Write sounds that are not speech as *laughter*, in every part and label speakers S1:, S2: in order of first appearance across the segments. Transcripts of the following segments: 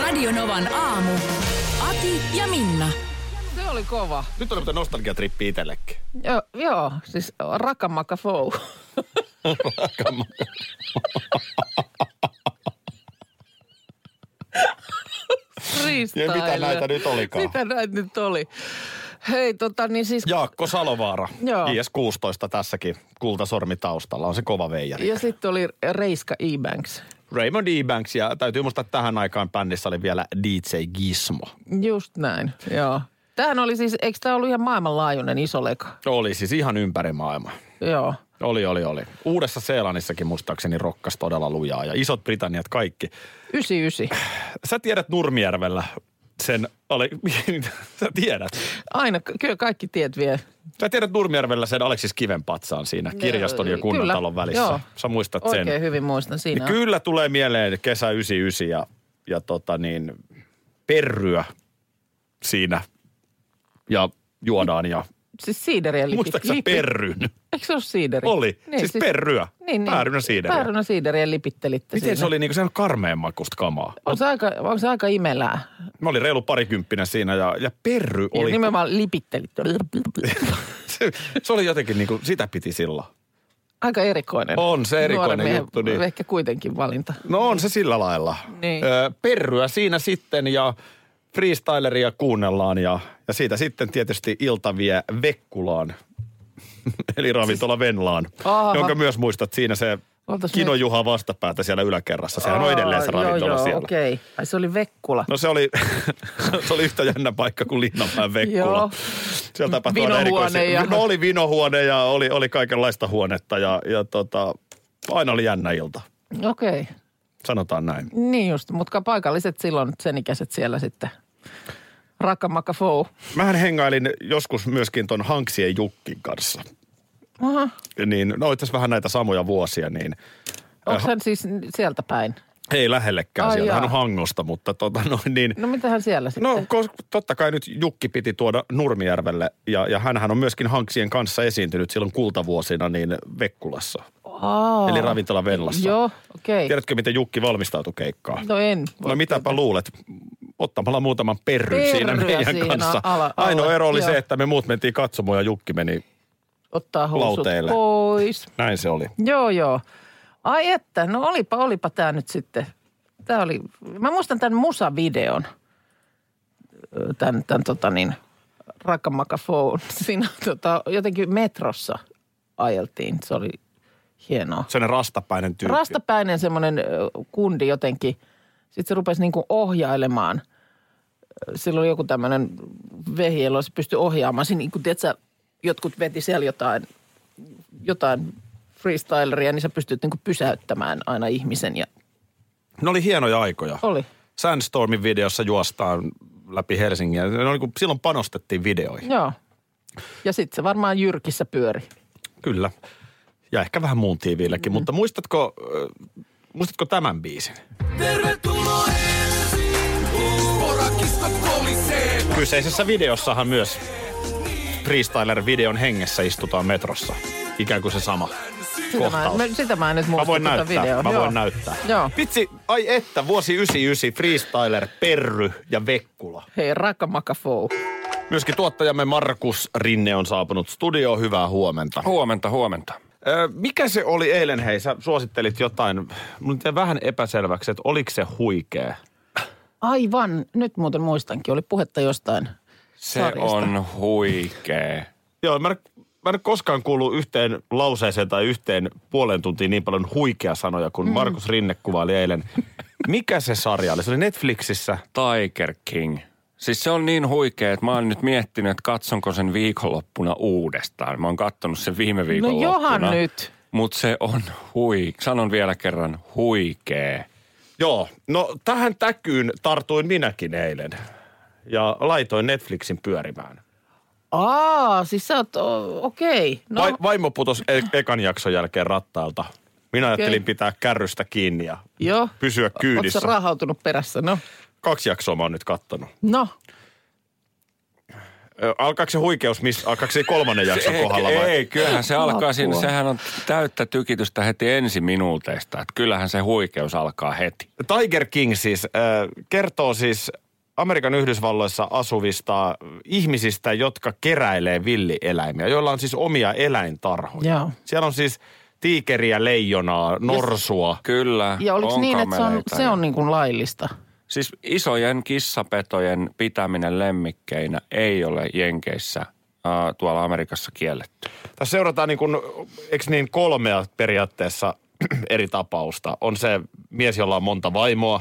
S1: Radionovan aamu. Ati ja Minna.
S2: Se oli kova.
S3: Nyt on muuten nostalgiatrippi itsellekin.
S2: Joo, joo siis rakamakka fou.
S3: Ja mitä näitä nyt olikaan?
S2: Mitä näitä nyt oli? Hei, tota niin siis...
S3: Jaakko Salovaara,
S2: Joo.
S3: IS-16 tässäkin kultasormi taustalla, on se kova veijari.
S2: Ja sitten oli Reiska E-Banks.
S3: Raymond Ebanks ja täytyy muistaa, että tähän aikaan bändissä oli vielä DJ Gizmo.
S2: Just näin, joo. Tämähän oli siis, eikö tämä ollut ihan maailmanlaajuinen iso leka?
S3: Oli siis ihan ympäri maailmaa.
S2: Joo.
S3: Oli, oli, oli. Uudessa Seelannissakin muistaakseni rokkas todella lujaa ja isot Britanniat kaikki.
S2: 99.
S3: Sä tiedät Nurmijärvellä sen, ale, *laughs* niin, sä tiedät.
S2: Aina, k- kyllä kaikki tiet vie.
S3: Sä tiedät Nurmijärvellä sen Aleksis Kiven patsaan siinä kirjaston ja
S2: Kyllä,
S3: kunnantalon välissä.
S2: joo.
S3: Sä muistat sen.
S2: Oikein hyvin muistan siinä.
S3: Niin
S2: on-
S3: kyllä tulee mieleen kesä 99 ja, ja tota niin, perryä siinä ja juodaan ja...
S2: Siis siideriä lipi.
S3: Muistatko sä
S2: lipi-
S3: perryn?
S2: Eikö se ole siideri?
S3: Oli. Siis perryä.
S2: Niin, niin.
S3: Päärynä siideriä.
S2: Päärynä siideriä lipittelitte
S3: Miten
S2: siinä.
S3: se oli, niin kuin, se on karmeen makusta kamaa.
S2: On se aika, on se aika imelää.
S3: Mä olin reilu parikymppinen siinä ja, ja perry
S2: Oli. Ja
S3: oli...
S2: Niin, nimenomaan lipittelitte.
S3: *laughs* se, se oli jotenkin niin kuin, sitä piti silloin.
S2: Aika erikoinen.
S3: On se erikoinen
S2: Nuoren miehen
S3: juttu, niin.
S2: Ehkä kuitenkin valinta.
S3: No on se sillä lailla.
S2: Niin.
S3: Ö, perryä siinä sitten ja freestyleria kuunnellaan ja, ja siitä sitten tietysti ilta vie Vekkulaan. *laughs* Eli ravintola Venlaan,
S2: Aha.
S3: jonka myös muistat siinä se
S2: Siis- Oltais
S3: Kino
S2: me-
S3: Juha vastapäätä siellä yläkerrassa. Sehän on edelleen se
S2: Aa,
S3: ravintola
S2: joo, joo,
S3: siellä.
S2: okei. Okay. Ai se oli Vekkula.
S3: No se oli, *laughs* se oli yhtä jännä paikka kuin Linnanmäen Vekkula.
S2: Joo.
S3: Siellä tapahtui aina
S2: Vinohuone
S3: erikoisia-
S2: ja-
S3: No oli vinohuone ja oli, oli kaikenlaista huonetta ja, ja tota, aina oli jännä ilta.
S2: Okei. Okay.
S3: Sanotaan näin.
S2: Niin just, mutta paikalliset silloin sen ikäiset siellä sitten. Rakamakka fou.
S3: Mähän hengailin joskus myöskin ton Hanksien Jukkin kanssa.
S2: Aha.
S3: Niin, no itse asiassa vähän näitä samoja vuosia, niin
S2: Onko hän siis sieltä päin?
S3: ei lähellekään
S2: Ai
S3: sieltä. Hän on
S2: jaa.
S3: Hangosta, mutta tota noin niin.
S2: No mitähän siellä sitten?
S3: No kos- totta kai nyt Jukki piti tuoda Nurmijärvelle ja, ja hänhän on myöskin Hanksien kanssa esiintynyt silloin kultavuosina niin Vekkulassa.
S2: Aa.
S3: Eli ravintola Vellassa.
S2: Joo, okei. Okay.
S3: Tiedätkö, miten Jukki valmistautui keikkaan?
S2: No en.
S3: No mitäpä luulet? Ottamalla muutaman perryn siinä
S2: Perryä
S3: meidän
S2: siinä
S3: kanssa.
S2: ala- alle.
S3: Ainoa ero oli
S2: Joo.
S3: se, että me muut mentiin katsomaan ja Jukki meni.
S2: Ottaa housut
S3: lauteille.
S2: pois.
S3: Näin se oli.
S2: Joo, joo. Ai että, no olipa, olipa tämä nyt sitten. Tää oli, mä muistan tämän musavideon. Tämän, tämän tota niin, Rakamakafoon. *laughs* Siinä tota, jotenkin metrossa ajeltiin. Se oli hienoa.
S3: Sellainen rastapäinen tyyppi.
S2: Rastapäinen semmoinen ö, kundi jotenkin. Sitten se rupesi niin kuin ohjailemaan. Silloin oli joku tämmöinen vehi, jolloin se pystyi ohjaamaan. Siinä niin kuin, tiedätkö, jotkut veti siellä jotain, jotain freestyleria, niin sä pystyt niin kuin pysäyttämään aina ihmisen. Ja
S3: Ne oli hienoja aikoja.
S2: oli.
S3: Sandstormin videossa juostaan läpi Helsingiä. Ne oli, kun silloin panostettiin videoihin.
S2: Joo. Ja sitten se varmaan jyrkissä pyöri.
S3: Kyllä. Ja ehkä vähän muun tiiviilläkin. Mutta muistatko, äh, muistatko tämän biisin?
S4: Tervetuloa ensin, porakista kolisee.
S3: Kyseisessä videossahan myös freestyler-videon hengessä istutaan metrossa. Ikään kuin se sama
S2: Sitä mä,
S3: kohtaus.
S2: mä, sitä mä en nyt muista
S3: Mä voin
S2: tätä
S3: näyttää,
S2: videoa.
S3: mä
S2: Joo.
S3: voin näyttää.
S2: Joo.
S3: Vitsi, ai että, vuosi 99, freestyler, perry ja vekkula.
S2: Hei, Rakamakafou.
S3: Myöskin tuottajamme Markus Rinne on saapunut studioon. Hyvää huomenta.
S5: Huomenta, huomenta.
S3: Ö, mikä se oli eilen, hei? Sä suosittelit jotain. Mun jäi vähän epäselväksi, että oliko se huikea?
S2: Aivan, nyt muuten muistankin, oli puhetta jostain
S5: Se
S2: sarjasta.
S5: on huikee.
S3: Joo, mä en, mä en ole koskaan kuullut yhteen lauseeseen tai yhteen puolen tuntiin niin paljon huikea sanoja, kun mm. Markus Rinne kuvaili eilen. Mikä se sarja oli? Se oli Netflixissä.
S5: Tiger King. Siis se on niin huikea, että mä oon nyt miettinyt, että katsonko sen viikonloppuna uudestaan. Mä oon kattonut sen viime
S2: No
S5: viikonloppuna.
S2: johan nyt.
S5: Mutta se on hui, sanon vielä kerran, huikee.
S3: Joo, no tähän täkyyn tartuin minäkin eilen ja laitoin Netflixin pyörimään.
S2: Aa, siis sä oot, o- okei. Okay.
S3: No.
S2: No,
S3: Vai, vaimo putosi e- ekan jakson jälkeen rattailta. Minä ajattelin pitää kärrystä kiinni ja
S2: joo.
S3: pysyä kyydissä.
S2: Oot sä raahautunut perässä, no.
S3: Kaksi jaksoa mä oon nyt kattonut.
S2: No,
S3: Ö, Alkaako se huikeus, miss, alkaako se kolmannen jakson kohdalla vai?
S5: Ei, kyllähän se alkaa siinä.
S2: Apua.
S5: Sehän on täyttä tykitystä heti ensi minuuteista. Että kyllähän se huikeus alkaa heti.
S3: Tiger King siis äh, kertoo siis Amerikan Yhdysvalloissa asuvista ihmisistä, jotka keräilee villieläimiä, joilla on siis omia eläintarhoja.
S2: Joo.
S3: Siellä on siis tiikeriä, leijonaa, norsua.
S5: Kyllä.
S2: ja oliko
S5: on
S2: niin, että se on,
S5: kameleita
S2: se
S5: ja-
S2: on niin kuin laillista?
S5: Siis isojen kissapetojen pitäminen lemmikkeinä ei ole Jenkeissä äh, tuolla Amerikassa kielletty.
S3: Tässä seurataan niin kuin, eikö niin kolmea periaatteessa *clears throat* eri tapausta. On se mies, jolla on monta vaimoa.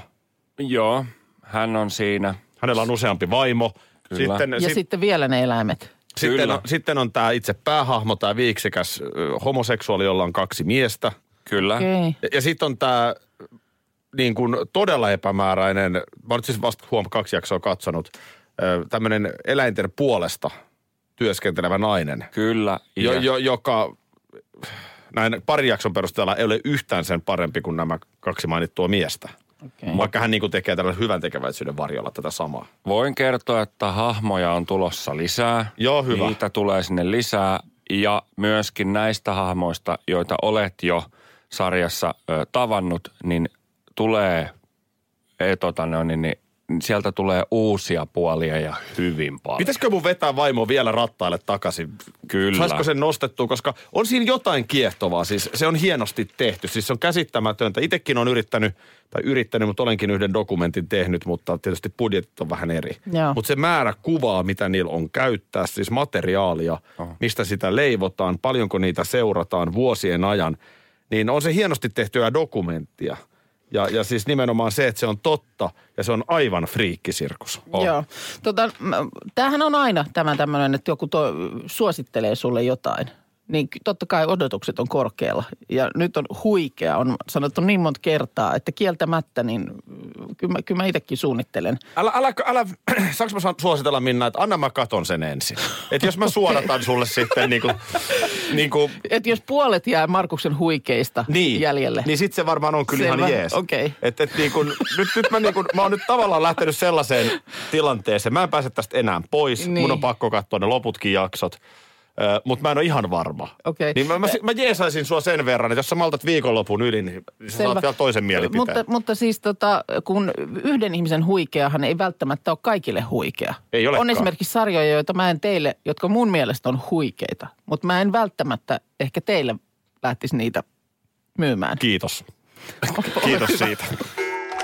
S5: Joo, hän on siinä.
S3: Hänellä on useampi vaimo.
S5: Kyllä.
S3: Sitten,
S2: Ja sit, sitten vielä ne eläimet.
S3: sitten,
S5: Kyllä.
S3: on, sitten on tämä itse päähahmo, tämä viiksikäs ö, homoseksuaali, jolla on kaksi miestä.
S5: Kyllä.
S2: Okei. Okay.
S3: Ja, ja sitten on tämä niin kuin todella epämääräinen, mä oon nyt siis vasta huom kaksi jaksoa katsonut, tämmöinen eläinten puolesta työskentelevä nainen,
S5: Kyllä.
S3: jo,
S5: ja-
S3: jo, joka näin pari jakson perusteella ei ole yhtään sen parempi kuin nämä kaksi mainittua miestä.
S2: Okay.
S3: Vaikka hän niin kuin tekee tällä hyvän tekeväisyyden varjolla tätä samaa.
S5: Voin kertoa, että hahmoja on tulossa lisää.
S3: Joo, hyvä.
S5: Niitä tulee sinne lisää. Ja myöskin näistä hahmoista, joita olet jo sarjassa ö, tavannut, niin tulee, e, tota, no, niin, niin, sieltä tulee uusia puolia ja hyvin paljon.
S3: Pitäisikö mun vetää vaimo vielä rattaille takaisin?
S5: Kyllä.
S3: Saisiko sen nostettua, koska on siinä jotain kiehtovaa. Siis se on hienosti tehty. Siis se on käsittämätöntä. Itekin on yrittänyt, tai yrittänyt, mutta olenkin yhden dokumentin tehnyt, mutta tietysti budjetit on vähän eri.
S2: Joo.
S3: Mutta se määrä kuvaa, mitä niillä on käyttää, siis materiaalia, Oho. mistä sitä leivotaan, paljonko niitä seurataan vuosien ajan, niin on se hienosti tehtyä dokumenttia. Ja, ja siis nimenomaan se, että se on totta ja se on aivan friikkisirkus.
S2: Oh. Joo. Tota, mä- tämähän on aina tämä tämmöinen, että joku to, suosittelee sulle jotain. Niin ky- totta kai odotukset on korkealla. Ja nyt on huikea, on sanottu niin monta kertaa, että kieltämättä, niin mm, kyllä mä, kyllä mä itsekin suunnittelen.
S3: Älä, älä, älä, *clears throat* saanko mä san- suositella Minna, että anna mä katon sen ensin. Että jos mä suodatan sulle sitten niinku, niinku,
S2: Et jos puolet jää Markuksen huikeista
S3: niin,
S2: jäljelle.
S3: niin sit se varmaan on kyllä ihan
S2: Selvä,
S3: jees.
S2: okei.
S3: Et, et niinku, nyt, nyt mä, niinku, mä oon nyt tavallaan lähtenyt sellaiseen tilanteeseen, mä en pääse tästä enää pois, niin.
S2: Niin.
S3: mun on pakko katsoa ne loputkin jaksot. Mutta mä en ole ihan varma.
S2: Okei.
S3: Niin mä, mä, mä jeesaisin sua sen verran, että jos sä maltat viikonlopun yli, niin sä saat
S2: Selvä.
S3: vielä toisen mielipiteen.
S2: Mutta, mutta siis tota, kun yhden ihmisen huikeahan ei välttämättä ole kaikille huikea.
S3: Ei olekaan.
S2: On esimerkiksi sarjoja, joita mä en teille, jotka mun mielestä on huikeita, mutta mä en välttämättä ehkä teille lähtisi niitä myymään.
S3: Kiitos. Kiitos siitä.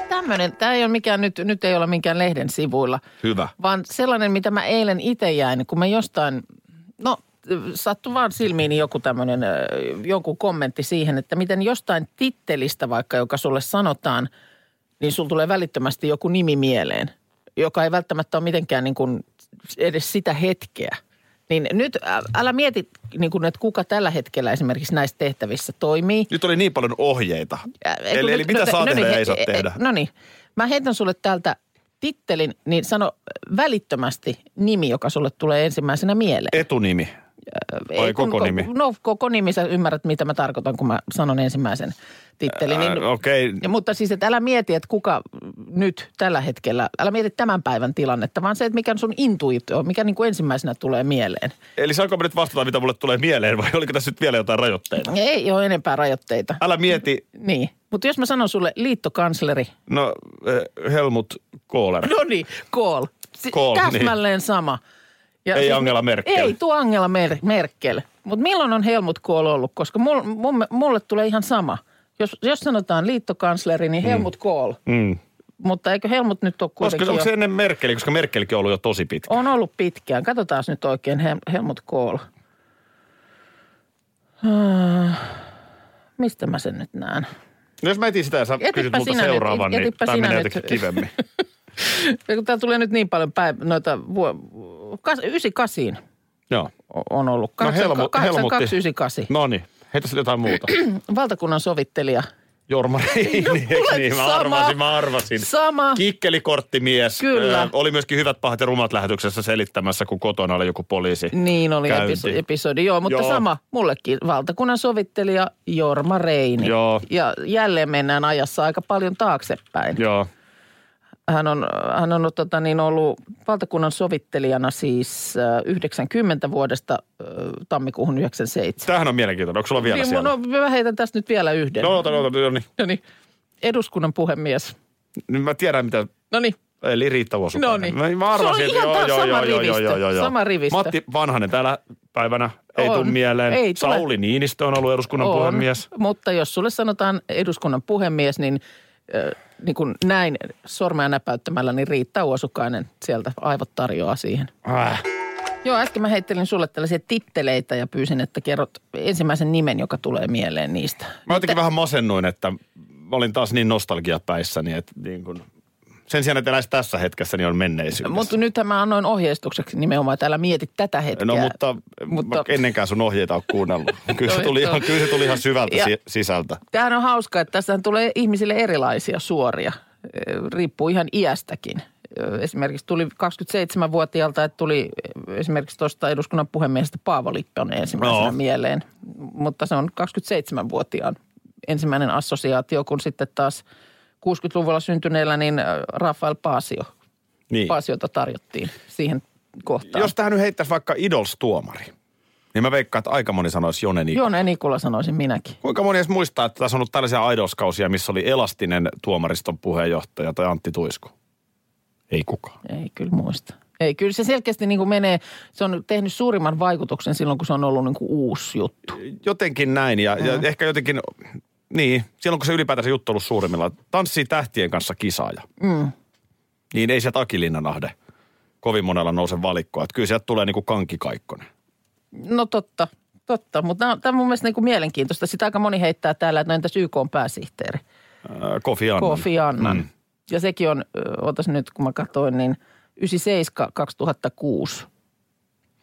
S2: Tämmöinen, tämä ei ole mikään, nyt, nyt ei ole minkään lehden sivuilla,
S3: Hyvä.
S2: vaan sellainen, mitä mä eilen itse jäin, kun mä jostain, no sattui vaan silmiini joku tämmöinen, ö, joku kommentti siihen, että miten jostain tittelistä vaikka, joka sulle sanotaan, niin sulla tulee välittömästi joku nimi mieleen, joka ei välttämättä ole mitenkään niin kuin edes sitä hetkeä. Niin nyt ä- älä mieti, niin kuin, että kuka tällä hetkellä esimerkiksi näissä tehtävissä toimii,
S3: Nyt oli niin paljon ohjeita.
S2: Ä, ei, kun
S3: eli, eli
S2: nyt-
S3: mitä
S2: no,
S3: saa
S2: no
S3: tehdä
S2: niin,
S3: ja ei
S2: he-
S3: saa
S2: he-
S3: tehdä.
S2: No niin, mä heitän sulle täältä tittelin, niin sano välittömästi nimi, joka sulle tulee ensimmäisenä mieleen.
S3: Etunimi. E, vai
S2: kun-
S3: koko
S2: ko-
S3: nimi?
S2: No koko nimi, sä ymmärrät mitä mä tarkoitan, kun mä sanon ensimmäisen tittelin. Niin,
S3: Äh, Okei.
S2: ja, mutta siis, että älä mieti, että kuka nyt tällä hetkellä, älä mieti tämän päivän tilannetta, vaan se, että mikä on sun intuitio on, mikä niin kuin ensimmäisenä tulee mieleen.
S3: Eli saanko mä nyt vastata, mitä mulle tulee mieleen, vai oliko tässä nyt vielä jotain rajoitteita?
S2: Ei ole enempää rajoitteita.
S3: Älä mieti,
S2: Niin, mutta jos mä sanon sulle liittokansleri,
S3: no eh, Helmut Kohler.
S2: No niin, call. Si-
S3: Kohl,
S2: Täsmälleen sama. Ja
S3: niin.
S2: siis
S3: Ei Angela Merkel.
S2: Ei tuo Angela Mer- Merkel. Mutta milloin on Helmut Kohl ollut? Koska mul, mun, mulle tulee ihan sama. Jos, jos sanotaan liittokansleri, niin Helmut Kohl.
S3: Mm.
S2: Mutta eikö Helmut nyt ole kuitenkin
S3: Koska onko se
S2: jo-
S3: ennen Merkeli, koska Merkelikin on ollut jo tosi pitkä.
S2: On ollut pitkään. Katsotaan nyt oikein Hel- Helmut Kohl. Ah, Mistä mä sen nyt näen?
S3: No jos mä etin sitä ja sä
S2: Jätipä
S3: kysyt multa
S2: sinä nyt,
S3: seuraavan, niin
S2: jätipä
S3: tämä
S2: sinä
S3: menee
S2: nyt.
S3: jotenkin kivemmin.
S2: *laughs* Ja kun täällä tulee nyt niin paljon päiv- noita vuo... Kas- 98
S3: Joo.
S2: on ollut.
S3: No
S2: Kahdeksan-
S3: Helmut-
S2: kahdeksan
S3: Helmutti.
S2: kaksi yhdeksän kahdeksan. *clears throat*
S3: No niin, heitä jotain muuta.
S2: valtakunnan sovittelija
S3: Jorma
S2: No,
S3: Reini, eikö niin? Mä
S2: sama.
S3: arvasin, mä arvasin.
S2: Sama.
S3: Kikkelikorttimies.
S2: Kyllä.
S3: Ö, oli myöskin hyvät, pahat ja rumat lähetyksessä selittämässä, kun kotona oli joku poliisi.
S2: Niin oli
S3: Käynti.
S2: episodi, episodi, joo, mutta
S3: Joo.
S2: joo. sama mullekin valtakunnan sovittelija Jorma Reini.
S3: Joo.
S2: Ja jälleen mennään ajassa aika paljon taaksepäin.
S3: Joo.
S2: Hän on, hän on tota, niin ollut valtakunnan sovittelijana siis äh, 90 vuodesta äh, tammikuuhun 97.
S3: Tämähän on mielenkiintoinen. Onko sulla vielä
S2: Niin,
S3: siellä?
S2: No mä heitän tästä nyt vielä yhden.
S3: No, ota, ota, ota, niin.
S2: Noniin. Eduskunnan puhemies. No niin.
S3: Nyt mä tiedän, mitä...
S2: Noniin.
S3: Eli Riitta Vuosukainen.
S2: No niin.
S3: Mä- Mä
S2: Se
S3: arvasin,
S2: on
S3: että
S2: ihan
S3: joo,
S2: taas
S3: joo,
S2: sama
S3: joo, joo, joo,
S2: rivistö.
S3: joo, joo, joo.
S2: Sama rivistö.
S3: Matti Vanhanen täällä päivänä ei
S2: On.
S3: tule mieleen.
S2: Ei tule.
S3: Sauli Niinistö on ollut eduskunnan
S2: On,
S3: puhemies.
S2: Mutta jos sulle sanotaan eduskunnan puhemies, niin, äh, niin kuin näin sormea näpäyttämällä, niin Riitta Uosukainen sieltä aivot tarjoaa siihen.
S3: Äh.
S2: Joo, äsken mä heittelin sulle tällaisia titteleitä ja pyysin, että kerrot ensimmäisen nimen, joka tulee mieleen niistä.
S3: Mä jotenkin vähän masennuin, että mä olin taas niin nostalgiapäissäni, että niin kun, sen sijaan, että eläisi tässä hetkessä, niin on menneisyydessä.
S2: Mutta nythän mä annoin ohjeistukseksi nimenomaan, että älä mieti tätä hetkeä.
S3: No mutta, mutta... Mä ennenkään sun ohjeita on kuunnellut. Kyllä se
S2: Joo,
S3: tuli
S2: joo.
S3: ihan, kyllä se tuli ihan syvältä
S2: Ja-
S3: si- sisältä.
S2: Tämähän on hauska, että tässä tulee ihmisille erilaisia suoria. Ö, Riippuu ihan iästäkin. Ö, Esimerkiksi tuli 27-vuotiaalta, että tuli ö, esimerkiksi tuosta eduskunnan puhemiehestä Paavo Lipponen ensimmäisenä
S3: Joo.
S2: no. mieleen. Mutta se on 27-vuotiaan ensimmäinen assosiaatio, kun sitten taas 60-luvulla syntyneellä niin ö, Rafael Paasio.
S3: Niin.
S2: Paasiota tarjottiin siihen kohtaan.
S3: Jos tähän nyt heittäisi vaikka Idols-tuomari, niin mä veikkaan, että aika moni sanoisi Jone Nikula.
S2: Joona Nikula no sanoisin minäkin.
S3: Kuinka moni edes muistaa, että tässä on ollut tällaisia idolskausia, missä oli Elastinen tuomariston puheenjohtaja tai Antti Tuisku? Ei kukaan.
S2: Ei kyllä muista. Ei, kyllä se selkeästi niin kuin menee, se on tehnyt suurimman vaikutuksen silloin, kun se on ollut niin kuin uusi juttu.
S3: Jotenkin näin ja, ja ehkä jotenkin, niin, silloin kun se ylipäätänsä juttu on ollut suurimmillaan, tanssii tähtien kanssa kisaaja. Mm. Niin ei sieltä Akilinnan ahde kovin monella nouse valikkoa. Että kyllä sieltä tulee niinku kanki kaikkonen.
S2: No totta, totta, mutta tämä on mun mielestä niin kuin mielenkiintoista. Sitä aika moni heittää täällä, että no entäs YK on pääsihteeri,
S3: Äh, Kofi Annan.
S2: Kofi Annan. Mm. Ja sekin on, ö, otas nyt kun mä katsoin, niin 97-2006.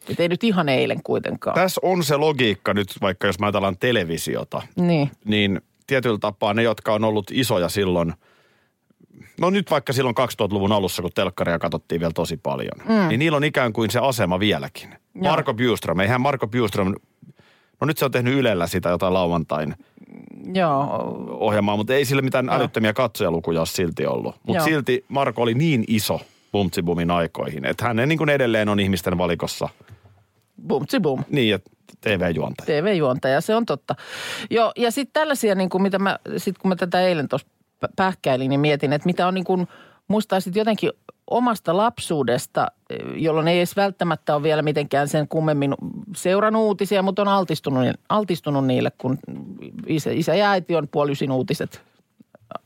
S2: Et ei nyt ihan eilen kuitenkaan. Tää...
S3: Tässä on se logiikka nyt, vaikka jos mä ajatellaan televisiota,
S2: Niin,
S3: niin tietyllä tapaa ne, jotka on ollut isoja silloin, no nyt vaikka silloin 2000-luvun alussa, kun telkkaria katsottiin vielä tosi paljon, mm. niin niillä on ikään kuin se asema vieläkin. Joo. Marko Bjurström, eihän Marko Bjurström, no nyt se on tehnyt Ylellä sitä jotain lauantain
S2: joo,
S3: ohjelmaa, mutta ei sillä mitään Joo. älyttömiä katsojalukuja ole silti ollut. Mutta
S2: Joo.
S3: silti Marko oli niin iso Bumtsibumin aikoihin, että hän niin kuin edelleen on ihmisten valikossa
S2: bum tsi bum.
S3: niin, että TV-juontaja.
S2: TV-juontaja, se on totta. Joo, ja sitten tällaisia, niin kuin mitä mä, sit kun mä tätä eilen tuossa pä- pähkäilin, niin mietin, että mitä on niin kuin, muistaisit jotenkin omasta lapsuudesta, jolloin ei edes välttämättä ole vielä mitenkään sen kummemmin seurannut uutisia, mutta on altistunut, altistunut niille, kun isä, isä ja äiti on puolisin uutiset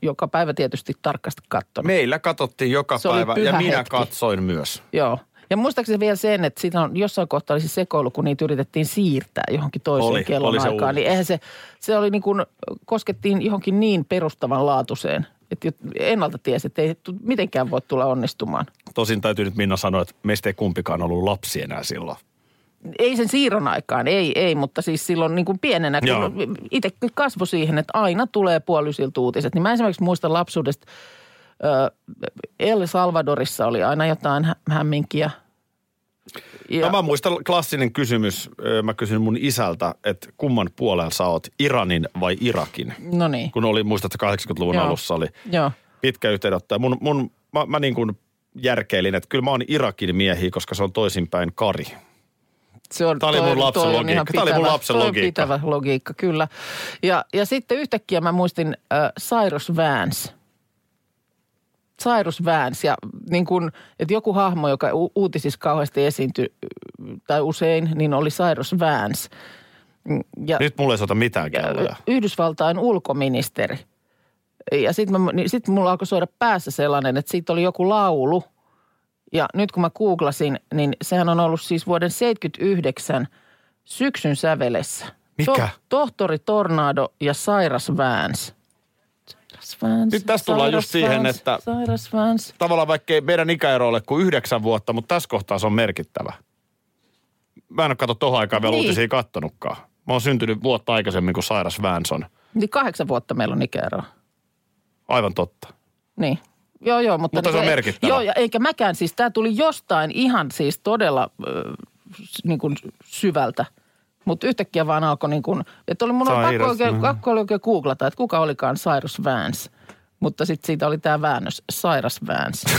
S2: joka päivä tietysti tarkasti katsonut.
S3: Meillä katsottiin joka
S2: Se oli
S3: päivä ja
S2: pyhä
S3: minä
S2: hetki.
S3: katsoin myös.
S2: Joo. Ja muistaakseni vielä sen, että siinä on jossain kohtaa olisi sekoilu, kun niitä yritettiin siirtää johonkin toiseen
S3: Oli,
S2: kellon
S3: oli se
S2: aikaan. Niin eihän se, se oli niin kuin, koskettiin johonkin niin perustavanlaatuiseen, että jo- ennalta tiesi, että ei tu- mitenkään voi tulla onnistumaan.
S3: Tosin täytyy nyt Minna sanoa, että meistä ei kumpikaan ollut lapsi enää silloin.
S2: Ei sen siirron aikaan, ei, ei, mutta siis silloin niin kuin pienenä,
S3: Joo.
S2: kun itse kasvoi siihen, että aina tulee puolisilta uutiset. Niin mä esimerkiksi muistan lapsuudesta, ö, El Salvadorissa oli aina jotain hä- hämminkiä.
S3: Ja. No mä muistan klassinen kysymys. Ö, Mä kysyn mun isältä, että kumman puolella sä oot, Iranin vai Irakin?
S2: No niin,
S3: Kun oli, muistat, että 80-luvun
S2: Joo.
S3: alussa oli
S2: joo.
S3: pitkä yhteydenotto. Ja Mun, mun, mä, mä niin kuin järkeilin, että kyllä mä oon Irakin miehiä, koska se on toisinpäin Kari.
S2: Se on,
S3: Tää oli
S2: toi-
S3: mun lapsen
S2: toi on
S3: logiikka.
S2: ihan
S3: Tää oli mun
S2: pitävä-
S3: lapsen
S2: toi on
S3: logiikka.
S2: pitävä logiikka, kyllä. Ja, ja sitten yhtäkkiä mä muistin äh, Cyrus Vance. Cyrus Vance ja niin kun, että joku hahmo, joka u- uutisissa kauheasti esiintyi äh, tai usein, niin oli Cyrus Vance. Mm, Ja,
S3: Nyt mulle ei sota mitään
S2: ja
S3: kelloja.
S2: Yhdysvaltain ulkoministeri. Ja sitten niin sit mulla alkoi soida päässä sellainen, että siitä oli joku laulu. Ja nyt kun mä googlasin, niin sehän on ollut siis vuoden 79 syksyn sävelessä.
S3: Mikä?
S2: tohtori Tornado ja Sairas Vance. Sairas Vance.
S3: Nyt tässä tullaan
S2: Sairas
S3: just siihen,
S2: Vance,
S3: että-
S2: Sairas Vance.
S3: Tavallaan vaikkei meidän ikäero ole kuin yhdeksän vuotta, mutta tässä kohtaa se on merkittävä. Mä en ole kato tohon aikaan vielä
S2: Niin.
S3: uutisia kattonutkaan. Mä oon syntynyt vuotta aikaisemmin kuin Sairas Vänson.
S2: Niin kahdeksan vuotta meillä on ikäeroa.
S3: Aivan totta.
S2: Niin. Joo, joo, mutta...
S3: Mutta se on
S2: ei-
S3: merkittävä.
S2: Joo, ja eikä mäkään, siis tämä tuli jostain ihan siis todella ö, s- niin kuin syvältä. Mutta yhtäkkiä vaan alkoi niin kuin, että oli mun oli pakko
S3: Cyrus,
S2: oikein,
S3: mm.
S2: pakko oli oikein googlata, että kuka olikaan Cyrus Vance. Mutta sitten siitä oli tämä väännös, Cyrus
S3: *laughs*
S2: Vance.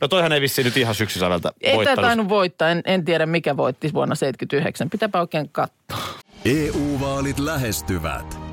S3: No toihan ei vissiin nyt ihan syksysaralta
S2: Ei tämä
S3: voittanut.
S2: tainnut voittaa, en, en tiedä mikä voitti vuonna 79. Pitääpä oikein katsoa.
S6: EU-vaalit E lähestyvät.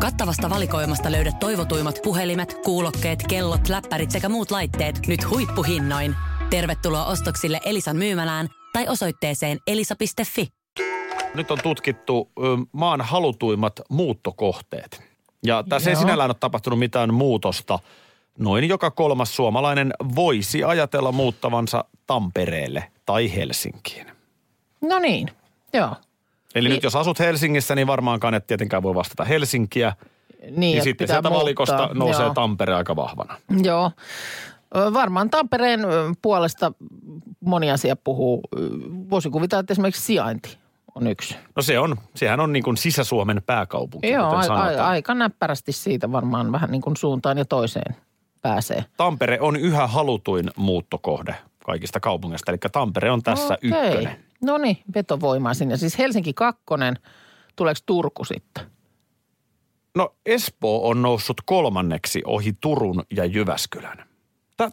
S7: Kattavasta valikoimasta löydät toivotuimmat puhelimet, kuulokkeet, kellot, läppärit sekä muut laitteet nyt huippuhinnoin. Tervetuloa ostoksille Elisan myymälään tai osoitteeseen elisa.fi.
S3: Nyt on tutkittu ö, maan halutuimmat muuttokohteet. Ja tässä ei
S2: Joo.
S3: sinällään ole tapahtunut mitään muutosta. Noin joka kolmas suomalainen voisi ajatella muuttavansa Tampereelle tai Helsinkiin.
S2: No niin, joo. Niin.
S3: Eli nyt jos asut Helsingissä, niin varmaankaan et tietenkään voi vastata Helsinkiä.
S2: Niin,
S3: Niin,
S2: että
S3: niin sitten
S2: pitää
S3: sieltä valikosta
S2: muuttaa.
S3: nousee
S2: Joo.
S3: Tampere aika vahvana.
S2: Joo. Ö, Varmaan Tampereen ö, puolesta moni asia puhuu. Ö, Voisi kuvitella, että esimerkiksi sijainti on yksi.
S3: No se on, sehän on niin kuin sisä-Suomen pääkaupunki,
S2: Joo,
S3: kuten
S2: a,
S3: sanotaan.
S2: a, aika näppärästi siitä varmaan vähän niin kuin suuntaan ja toiseen pääsee.
S3: Tampere on yhä halutuin muuttokohde kaikista kaupungeista, eli Tampere on tässä okay. ykkönen.
S2: No niin, vetovoimaisin. Ja siis Helsinki kakkonen, tuleeko Turku sitten?
S3: No Espoo on noussut kolmanneksi ohi Turun ja Jyväskylän.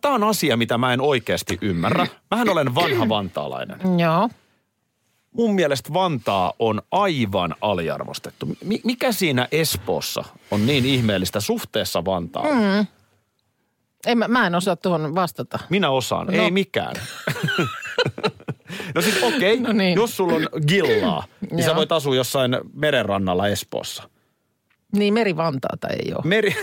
S3: Tämä on asia, mitä mä en oikeasti ymmärrä. Mähän olen vanha vantaalainen.
S2: Joo.
S3: Mun mielestä Vantaa on aivan aliarvostettu. Mi- mikä siinä Espoossa on niin ihmeellistä suhteessa Vantaan? Mm.
S2: En, mä, mä en osaa tuohon vastata.
S3: Minä osaan, no.
S2: *laughs*
S3: ei mikään. no siis okei, okay,
S2: No niin.
S3: jos sulla on gillaa, niin sä
S2: Joo.
S3: voit asua jossain merenrannalla Espoossa.
S2: Niin Meri-Vantaata ei ole.
S3: Meri... *laughs*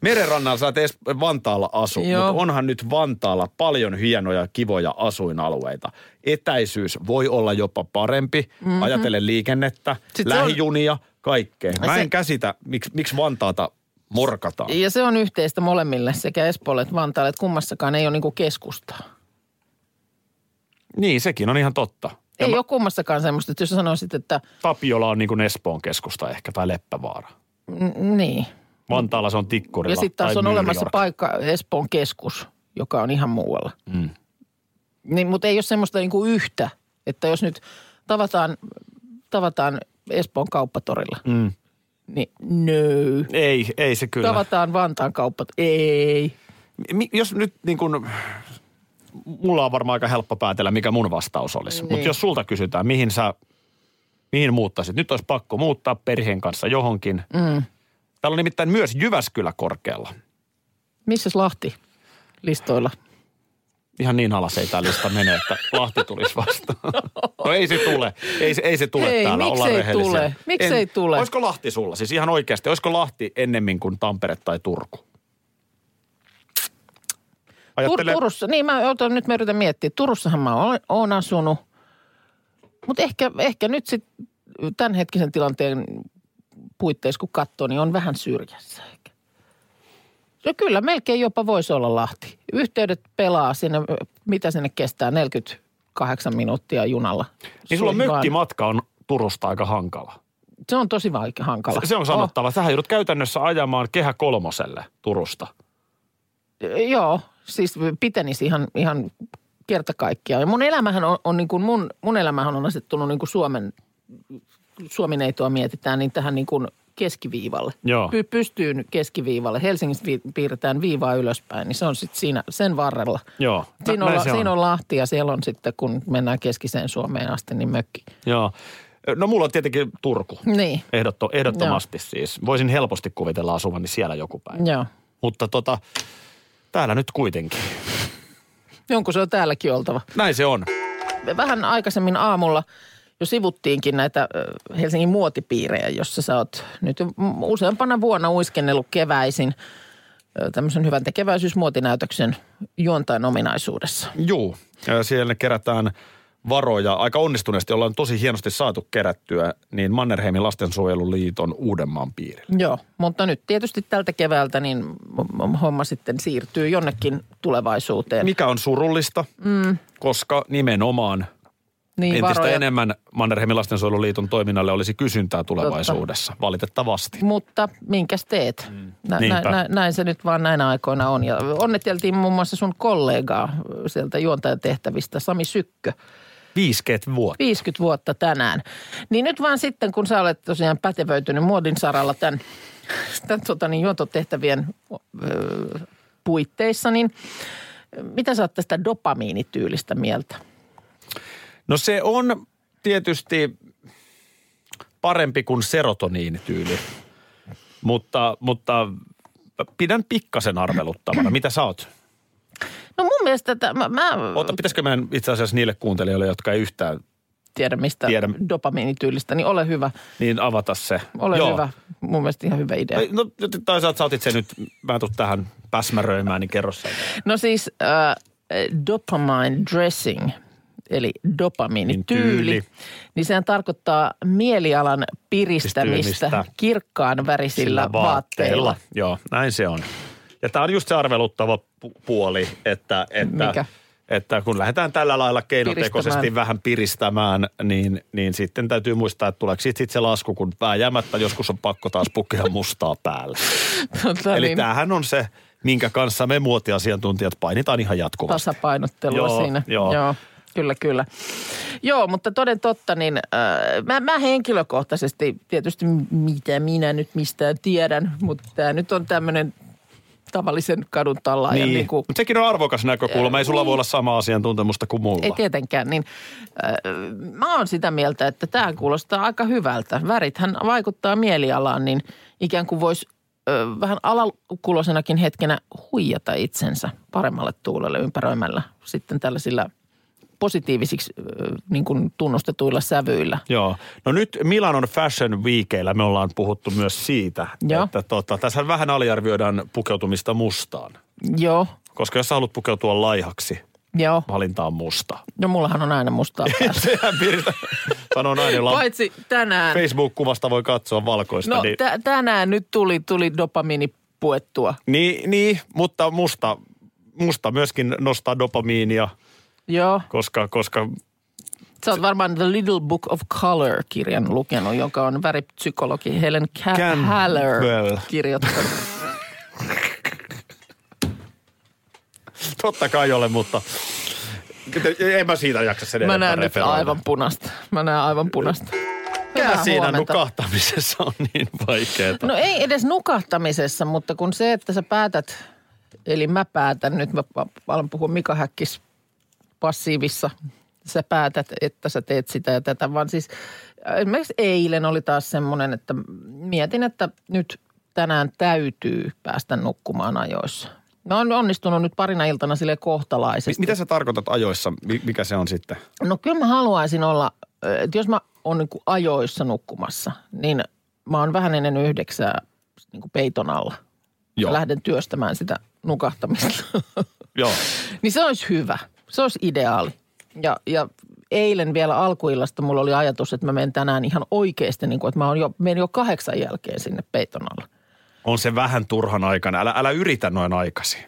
S3: Merenrannalla sä et edes Vantaalla asu,
S2: Joo.
S3: mutta onhan nyt Vantaalla paljon hienoja, kivoja asuinalueita. Etäisyys voi olla jopa parempi, mm-hmm. ajatellen liikennettä,
S2: Mhm. Sit se on-
S3: lähijunia, kaikkea. Mä
S2: Se-
S3: en käsitä, miksi, miksi Vantaata morkataan.
S2: Ja se on yhteistä molemmille, sekä Espoolle että Vantaalle, että kummassakaan ei ole niin kuin keskustaa.
S3: Niin, sekin on ihan totta. Ja
S2: Ei
S3: mä-
S2: ole kummassakaan semmoista, että jos sä sanoisit, että
S3: Tapiola on niin kuin Espoon keskusta ehkä, tai Leppävaara.
S2: n- niin.
S3: Vantaalla se on Tikkurila
S2: Ja sitten taas
S3: tai
S2: on
S3: New
S2: olemassa
S3: York.
S2: paikka Espoon keskus, joka on ihan muualla. Mm. Niin, mutta ei ole semmoista niinku yhtä, että jos nyt tavataan, tavataan Espoon kauppatorilla, mm. niin no.
S3: Ei, ei se kyllä.
S2: Tavataan Vantaan kauppa, ei.
S3: Mi- jos nyt niin kuin, mulla on varmaan aika helppo päätellä, mikä mun vastaus olisi. Niin. Mutta jos sulta kysytään, mihin sä, mihin muuttaisit? Nyt olisi pakko muuttaa perheen kanssa johonkin. Mm. Täällä on nimittäin myös Jyväskylä korkealla.
S2: Missäs Lahti listoilla?
S3: Ihan niin alas ei tämä lista mene, että Lahti tulisi vastaan. No ei se tule. Ei, se- ei se tule
S2: Ei,
S3: täällä,
S2: miksi
S3: ollaan
S2: ei
S3: rehellisiä.
S2: tule? Miksi ei tule?
S3: Olisiko Lahti sulla? Siis ihan oikeasti, olisiko Lahti ennemmin kuin Tampere tai Turku?
S2: Tur- Turussa, niin mä otan, nyt mä yritän miettiä. Turussahan mä olen, olen asunut, mutta ehkä, ehkä nyt sitten tämänhetkisen tilanteen puitteissa kun katsoo, niin on vähän syrjässä ehkä. No kyllä, melkein jopa voisi olla Lahti. Yhteydet pelaa sinne, mitä sinne kestää, 48 minuuttia junalla.
S3: Niin sulla
S2: Suihin vaan.
S3: mökkimatka on Turusta aika hankala.
S2: Se on tosi vaikea, hankala.
S3: Se on sanottava. Sähän joudut käytännössä ajamaan kehä kolmoselle Turusta.
S2: Joo, siis pitenisi ihan, ihan kerta kaikkiaan. Ja mun elämähän on, on niin kuin mun, niinku mun elämähän on asettunut niin kuin Suomen, Suomineitoa mietitään, niin tähän niin kuin keskiviivalle.
S8: Joo.
S2: Py- pystyy nyt keskiviivalle. Helsingistä vi- piirretään viivaa ylöspäin, niin se on sitten siinä sen varrella.
S8: Joo.
S2: Siinä, on,
S8: näin
S2: la-
S8: se
S2: siinä on Lahti ja siellä on sitten, kun mennään keskiseen Suomeen asti, niin mökki.
S8: Joo. No mulla on tietenkin Turku.
S2: Niin,
S8: Ehdotto, ehdottomasti Joo. siis. Voisin helposti kuvitella asuvani siellä joku päivä.
S2: joo.
S8: Mutta tota, täällä nyt kuitenkin.
S2: Jonkun se on täälläkin oltava.
S8: Näin se on.
S2: Me vähän aikaisemmin aamulla jo sivuttiinkin näitä ö, Helsingin muotipiirejä, jossa sä oot nyt jo m- useampana vuonna uiskennellut keväisin ö, tämmöisen hyvän tekeväisyysmuotinäytöksen juontain ominaisuudessa.
S3: Juu, ja siellä kerätään varoja aika onnistuneesti. Ollaan tosi hienosti saatu kerättyä niin Mannerheimin lastensuojeluliiton Uudenmaan piirille.
S2: Joo, mutta nyt tietysti tältä keväältä niin m- m- homma sitten siirtyy jonnekin tulevaisuuteen.
S3: Mikä on surullista, mm. koska nimenomaan
S2: niin
S3: entistä enemmän Mannerheimin lastensuojeluliiton toiminnalle olisi kysyntää tulevaisuudessa, Totta. valitettavasti.
S2: Mutta minkäs teet? Nä, nä,
S3: niinpä.
S2: nä, näin se nyt vaan näinä aikoina on. Ja onniteltiin muun muassa sun kollegaa ö, sieltä juontajatehtävistä, Sami Sykkö.
S3: Viiskeet vuotta.
S2: 50 vuotta tänään. Niin nyt vaan sitten, kun sä olet tosiaan pätevöitynyt muodin saralla tämän, tämän tota, niin, juontotehtävien ö, puitteissa, niin mitä sä oot tästä dopamiinityylistä mieltä?
S3: No se on tietysti parempi kuin serotoniinityyli, mutta, mutta pidän pikkasen arveluttavana. Mitä sä oot?
S2: No mun mielestä tämä, mä, mä
S3: Ota, pitäisikö meidän itse asiassa niille kuuntelijoille, jotka ei yhtään,
S2: tiedän mistä
S3: tiedä.
S2: dopamiinityylistä, niin ole hyvä.
S3: niin avata se?
S2: Ole Joo. hyvä. Mun mielestä ihan hyvä idea.
S3: Ei, No toisaalta sä otit sen nyt, mä en tuu tähän päsmäröimään, niin kerro sen.
S2: No siis äh, dopamine dressing, eli dopamiinityyli,
S3: Tyyli.
S2: niin sehän tarkoittaa mielialan piristämistä
S3: Piristämistä.
S2: kirkkaan värisillä vaatteilla.
S3: Joo, näin se on. Ja tämä on just se arveluttava pu- puoli, että, että,
S2: Mikä?
S3: että kun lähdetään tällä lailla keinotekoisesti
S2: Piristämään.
S3: vähän piristämään, niin, niin sitten täytyy muistaa, että tuleeko sitten sit se lasku, kun vääjäämättä joskus on pakko taas pukea mustaa
S2: *laughs*
S3: päälle.
S2: Tota,
S3: Eli
S2: niin,
S3: tämähän on se, minkä kanssa me muotiasiantuntijat painitaan ihan jatkuvasti.
S2: tasapainottelua
S3: Joo,
S2: siinä.
S3: joo.
S2: joo. Kyllä, kyllä. Joo, mutta toden totta, niin äh, mä, mä henkilökohtaisesti tietysti mitä minä nyt mistään tiedän, mutta tämä nyt on tämmöinen tavallisen kadun tallaajan niin. niin kuin
S3: Mutta sekin on arvokas näkökulma. Ei
S2: Niin.
S3: sulla voi olla sama asiantuntemusta kuin mulla.
S2: Ei tietenkään, niin äh, mä oon sitä mieltä, että tämä kuulostaa aika hyvältä. Värithän vaikuttaa mielialaan, niin ikään kuin voisi äh, vähän alakuloisenakin hetkenä huijata itsensä paremmalle tuulelle ympäröimällä sitten tällaisilla positiivisiksi äh, niin kuin tunnustetuilla sävyillä.
S3: Joo. No nyt Milanon Fashion Weekeillä me ollaan puhuttu myös siitä,
S2: Joo.
S3: että tota, tässä vähän aliarvioidaan pukeutumista mustaan.
S2: Joo,
S3: Koska jos sä haluat pukeutua laihaksi,
S2: joo.
S3: valinta on
S2: *laughs*
S3: musta.
S2: No mullahan on aina mustaa päällä.
S3: Sehän piirtä, sanon aina, jolla on-
S2: Paitsi tänään.
S3: Facebook-kuvasta voi katsoa valkoista.
S2: No
S3: niin,
S2: tä- tänään nyt tuli, tuli dopamiini puettua.
S3: niin, niin, mutta musta, musta myöskin nostaa dopamiinia,
S2: Joo.
S3: koska, koska
S2: Sä oot varmaan The Little Book of Color-kirjan lukenut, joka on väripsykologi Helen Ca-
S3: Campbell.
S2: Haller kirjoittanut.
S3: totta kai ole, mutta en mä siitä jaksa sen
S2: Mä
S3: enempää
S2: näen nyt
S3: referoida.
S2: aivan punasta. Mä näen aivan punasta.
S3: Mikä
S2: Hyvää
S3: siinä
S2: huomenta.
S3: nukahtamisessa on niin vaikeaa?
S2: No ei edes nukahtamisessa, mutta kun se, että sä päätät, eli mä päätän, nyt mä pa- alan puhua Mika Häkkis passiivissa, sä päätät, että sä teet sitä ja tätä, vaan siis äh, esimerkiksi eilen oli taas semmoinen, että mietin, että nyt tänään täytyy päästä nukkumaan ajoissa. Mä oon onnistunut nyt parina iltana sille kohtalaisesti.
S3: Mitä sä tarkoitat ajoissa? Mi- Mikä se on sitten?
S2: No kyllä mä haluaisin olla, ö, että jos mä oon niin kuin ajoissa nukkumassa, niin mä oon vähän ennen yhdeksää niin kuin peiton alla. Joo.
S3: Joo.
S2: lähden työstämään sitä nukahtamista. *laughs*
S3: Joo.
S2: niin se olisi hyvä. Se olisi ideaali. Ja, ja eilen vielä alkuillasta mulla oli ajatus, että mä menen tänään ihan oikeasti, niin kuin, että mä oon jo, menen jo kahdeksan jälkeen sinne peiton alla.
S3: On se vähän turhan aikana. Älä, älä yritä noin aikasi.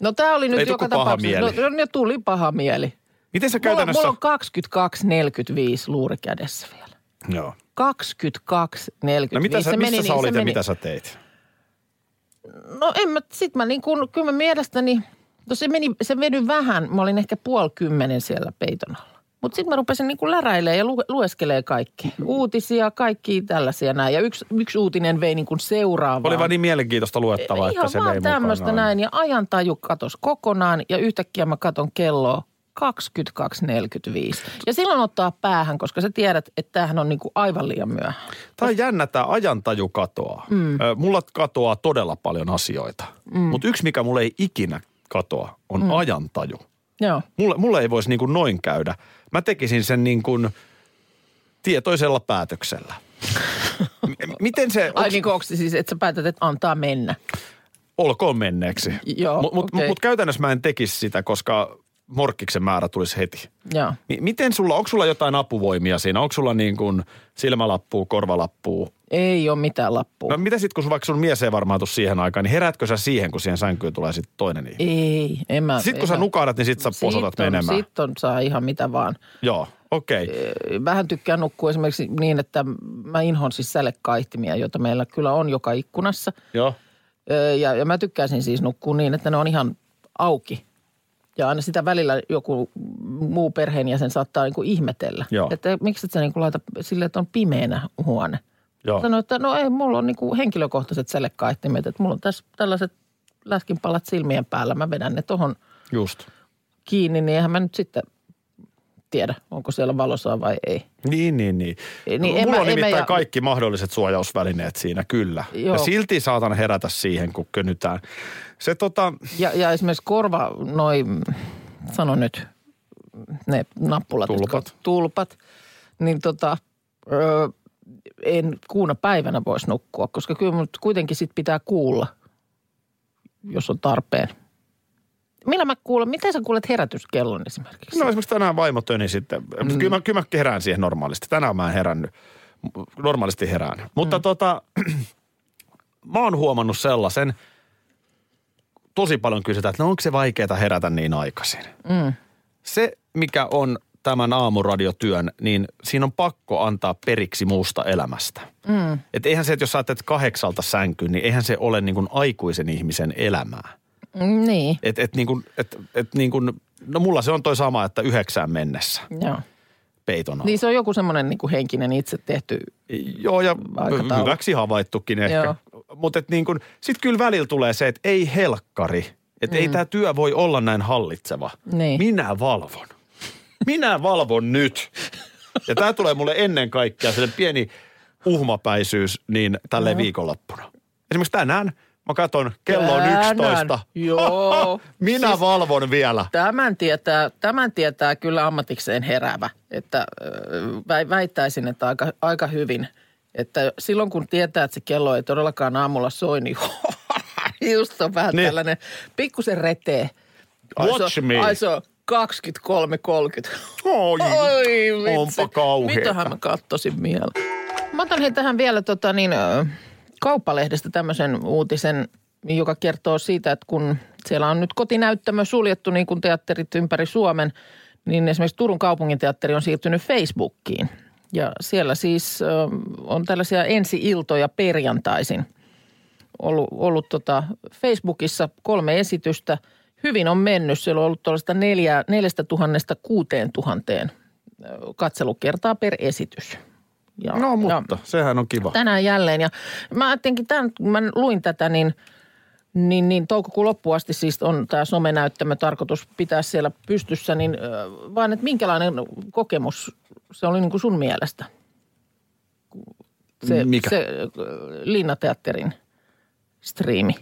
S2: No tää oli nyt
S3: Ei tule
S2: joka
S3: kuin paha
S2: tapauksessa.
S3: mieli.
S2: No, no, tuli paha mieli.
S3: Miten sä
S2: Mulla,
S3: käytännössä...
S2: mulla on 22.45 luuri kädessä vielä.
S3: Joo.
S2: 22.45.
S3: No mitä
S2: se
S3: sä,
S2: meni,
S3: missä sä
S2: niin, se
S3: olit ja
S2: meni.
S3: mitä sä teit?
S2: No en mä, sit mä niin kuin, kyllä mä mielestäni, no se meni, se vedy vähän, mä olin ehkä puoli kymmenen siellä peiton alla. Mutta sitten mä rupesin niinku läräilemään ja lu- lueskelee kaikki. Uutisia, kaikki tällaisia näin. Ja yksi, yksi uutinen vei niinku seuraavaan.
S3: Oli vaan niin mielenkiintoista luettavaa, että
S2: Ihan
S3: se vei
S2: vaan tämmöistä
S3: mukanaan.
S2: näin. Ja ajan taju katosi kokonaan ja yhtäkkiä mä katon kelloa 22.45. Ja silloin ottaa päähän, koska sä tiedät, että tämähän on niinku aivan liian myöhään.
S3: Tämä on jännä, tämä ajantaju katoaa. Mm. Mulla katoaa todella paljon asioita. Mm. Mutta yksi, mikä mulle ei ikinä katoa, on mm. ajantaju.
S2: Joo.
S3: Mulle, mulle ei voisi niin kuin noin käydä. Mä tekisin sen niin kuin tietoisella päätöksellä. M- Miten se,
S2: Ai
S3: onks-
S2: niin onko siis, että sä päätät, että antaa mennä?
S3: olkoon menneeksi.
S2: Joo,
S3: Mutta mut,
S2: okei.
S3: mut käytännössä mä en tekisi sitä, koska morkkiksen määrä tulisi heti.
S2: Joo.
S3: Mi- Miten sulla, onko sulla jotain apuvoimia siinä? Onko sulla niin kuin silmälappua, korvalappua?
S2: Ei ole mitään lappua.
S3: No mitä sitten, kun sun, vaikka sun mies ei varmaan tule siihen aikaan, niin herätkö sä siihen, kun siihen sänkyyn tulee sitten toinen ihminen?
S2: Ei, en mä.
S3: Sitten
S2: en
S3: kun sä
S2: mä-
S3: nukahdat, niin sit sä posotat
S2: No Sit on-
S3: menemään.
S2: Sit on, saa ihan mitä vaan.
S3: Joo, okei. Okay.
S2: Vähän tykkään nukkua esimerkiksi niin, että mä inhon siis sälekaihtimia, joita meillä kyllä on joka ikkunassa.
S3: Joo.
S2: Ö, Ja, ja mä tykkäisin siis nukkua niin, että ne on ihan auki. Ja aina sitä välillä joku muu perheenjäsen saattaa niinku ihmetellä.
S3: Joo.
S2: Että miksi et sä niinku laita sille, että on pimeänä huone.
S3: Joo.
S2: Sanoin, että no ei, mulla on niinku henkilökohtaiset sälekaihtimet. Että mulla on tässä tällaiset läskinpalat silmien päällä. Mä vedän ne tohon
S3: Just.
S2: kiinni, niin eihän mä nyt sitten tiedä, onko siellä valosaa vai ei.
S3: Niin, niin, niin.
S2: Niin,
S3: niin
S2: en
S3: Mulla
S2: mä-
S3: on
S2: en mä
S3: nimittäin
S2: ja-
S3: kaikki mahdolliset suojausvälineet siinä, kyllä. Joo.
S2: Joo.
S3: Ja silti saatan herätä siihen, kun könytään. Se tota,
S2: Ja, ja esimerkiksi korva, noi, mm, sano nyt, ne nappulat.
S3: Tulpat.
S2: jotka- tulpat. Niin tota, ö, en kuuna päivänä voisi nukkua, koska kyllä mut kuitenkin sit pitää kuulla, jos on tarpeen. Millä mä kuulen, miten sä kuulet herätyskellon esimerkiksi?
S3: no esimerkiksi tänään vaimo töni sitten. Mm. Kyllä, mä, kyllä mä herään siihen normaalisti. Tänään mä en herännyt. M- Normaalisti herään. Mutta mm. tota, *clears throat* mä oon huomannut sellaisen, tosi paljon kysytään, että no onko se vaikeaa herätä niin aikaisin. Mm. Se, mikä on tämän aamuradiotyön, niin siinä on pakko antaa periksi muusta elämästä. Mm. Et eihän se, että jos sä ajattelet kahdeksalta sänkyyn, niin eihän se ole niin kuin aikuisen ihmisen elämää.
S2: Mm, niin,
S3: Et, et niin kuin, et, et niin kuin, no mulla se on toi sama, että yhdeksään mennessä
S2: joo.
S3: peiton alla.
S2: Niin se on joku semmoinen niinku henkinen itse tehty
S3: Joo, ja
S2: Aikataulu.
S3: hyväksi havaittukin ehkä. Mutta niin sitten kyllä välillä tulee se, että ei helkkari. Että mm. ei tämä työ voi olla näin hallitseva.
S2: Niin.
S3: Minä valvon. Minä valvon nyt. Ja tämä tulee mulle ennen kaikkea sellainen pieni uhmapäisyys niin tälle viikonloppuna. Esimerkiksi tänään mä katson, kello on
S2: Tänään.
S3: 11. *laughs*
S2: Joo.
S3: Minä siis... valvon vielä.
S2: Tämän tietää, tämän tietää kyllä ammatikseen heräävä, että ö, vä- väittäisin, että aika, aika hyvin. Että silloin kun tietää, että se kello ei todellakaan aamulla soi, niin *laughs* just on vähän
S3: Niin.
S2: niin. tällainen pikkusen retee.
S3: Watch
S2: se, on-
S3: me.
S2: Ai se on 23.30.
S3: Oi,
S2: Oi vitsi.
S3: onpa kauheeta.
S2: Mitähän mä kattosin vielä. Mä otan hei tähän vielä tota niin, ö, kauppalehdestä tämmöisen uutisen, joka kertoo siitä, että kun siellä on nyt kotinäyttämö suljettu niin kuin teatterit ympäri Suomen, niin esimerkiksi Turun kaupunginteatteri on siirtynyt Facebookiin. Ja siellä siis ö, on tällaisia ensi-iltoja perjantaisin ollut, ollut tota Facebookissa kolme esitystä. Hyvin on mennyt. Siellä on ollut tuollaista neljä, neljästä tuhannesta kuuteen tuhanteen ö, katselukertaa per esitys. Ja,
S3: No
S2: ja-
S3: mutta, sehän on kiva.
S2: tänään jälleen. Ja mä ajattelinkin tämän, kun mä luin tätä, niin, niin, niin toukokuun loppuun asti siis on tämä somenäyttämö tarkoitus pitää siellä pystyssä, niin ö, vaan että minkälainen kokemus se oli niin kuin sun mielestä? Se,
S3: Mikä?
S2: se ö, Linnateatterin striimi.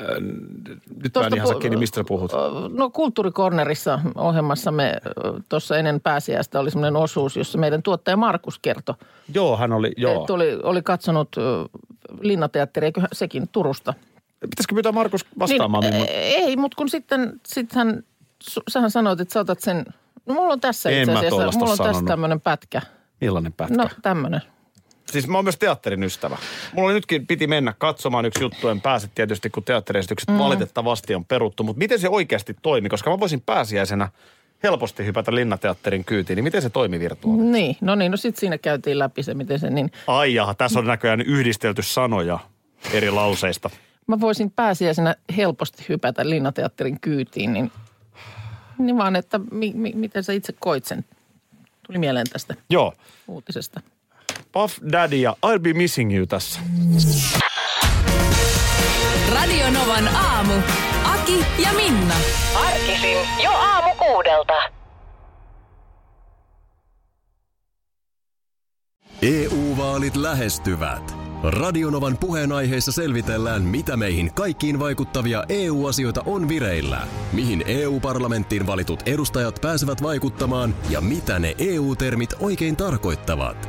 S3: Nyt mä en
S2: tosta
S3: ihan
S2: pu-
S3: saa kiinni, mistä sä puhut.
S2: No Kulttuurikornerissa ohjelmassamme ö, tuossa ennen pääsiäistä oli semmoinen osuus, jossa meidän tuottaja Markus kertoi,
S3: Joo, hän oli, joo.
S2: että oli, oli katsonut ö, Linnateatteria, eiköhän sekin Turusta.
S3: Pitäisikö pyytää Markus vastaamaan?
S2: niin,
S3: Niin,
S2: ä, Ei, mutta kun sitten sit hän, su- sähän sanoit, että saatat sen, no mulla on tässä
S3: En
S2: itse
S3: mä
S2: asiassa,
S3: tollasta
S2: mulla on tässä
S3: sanonut.
S2: tämmöinen pätkä.
S3: Millainen pätkä?
S2: No tämmöinen.
S3: Siis mä oon myös teatterin ystävä. Mulla oli nytkin piti mennä katsomaan yksi juttu, en pääse tietysti, kun teatteriesitykset mm. valitettavasti on peruttu. Mutta miten se oikeasti toimi? Koska mä voisin pääsiäisenä helposti hypätä Linnateatterin kyytiin, niin miten se toimi virtuaalisesti?
S2: Niin, no niin, no sitten siinä käytiin läpi se, miten se, niin
S3: Ai jaha, tässä on näköjään yhdistelty sanoja eri lauseista.
S2: mä voisin pääsiäisenä helposti hypätä Linnateatterin kyytiin, niin Niin vaan, että mi- mi- miten sä itse koit sen. Tuli mieleen tästä
S3: Joo.
S2: uutisesta.
S3: Puff Daddy ja I'll be missing you tässä.
S1: Radio Novan aamu. Aki ja Minna.
S9: Arkisin jo aamu kuudelta.
S6: EU-vaalit E lähestyvät. Radionovan puheenaiheessa selvitellään, mitä meihin kaikkiin vaikuttavia EU-asioita on vireillä, mihin EU-parlamenttiin valitut edustajat pääsevät vaikuttamaan ja mitä ne EU-termit oikein tarkoittavat.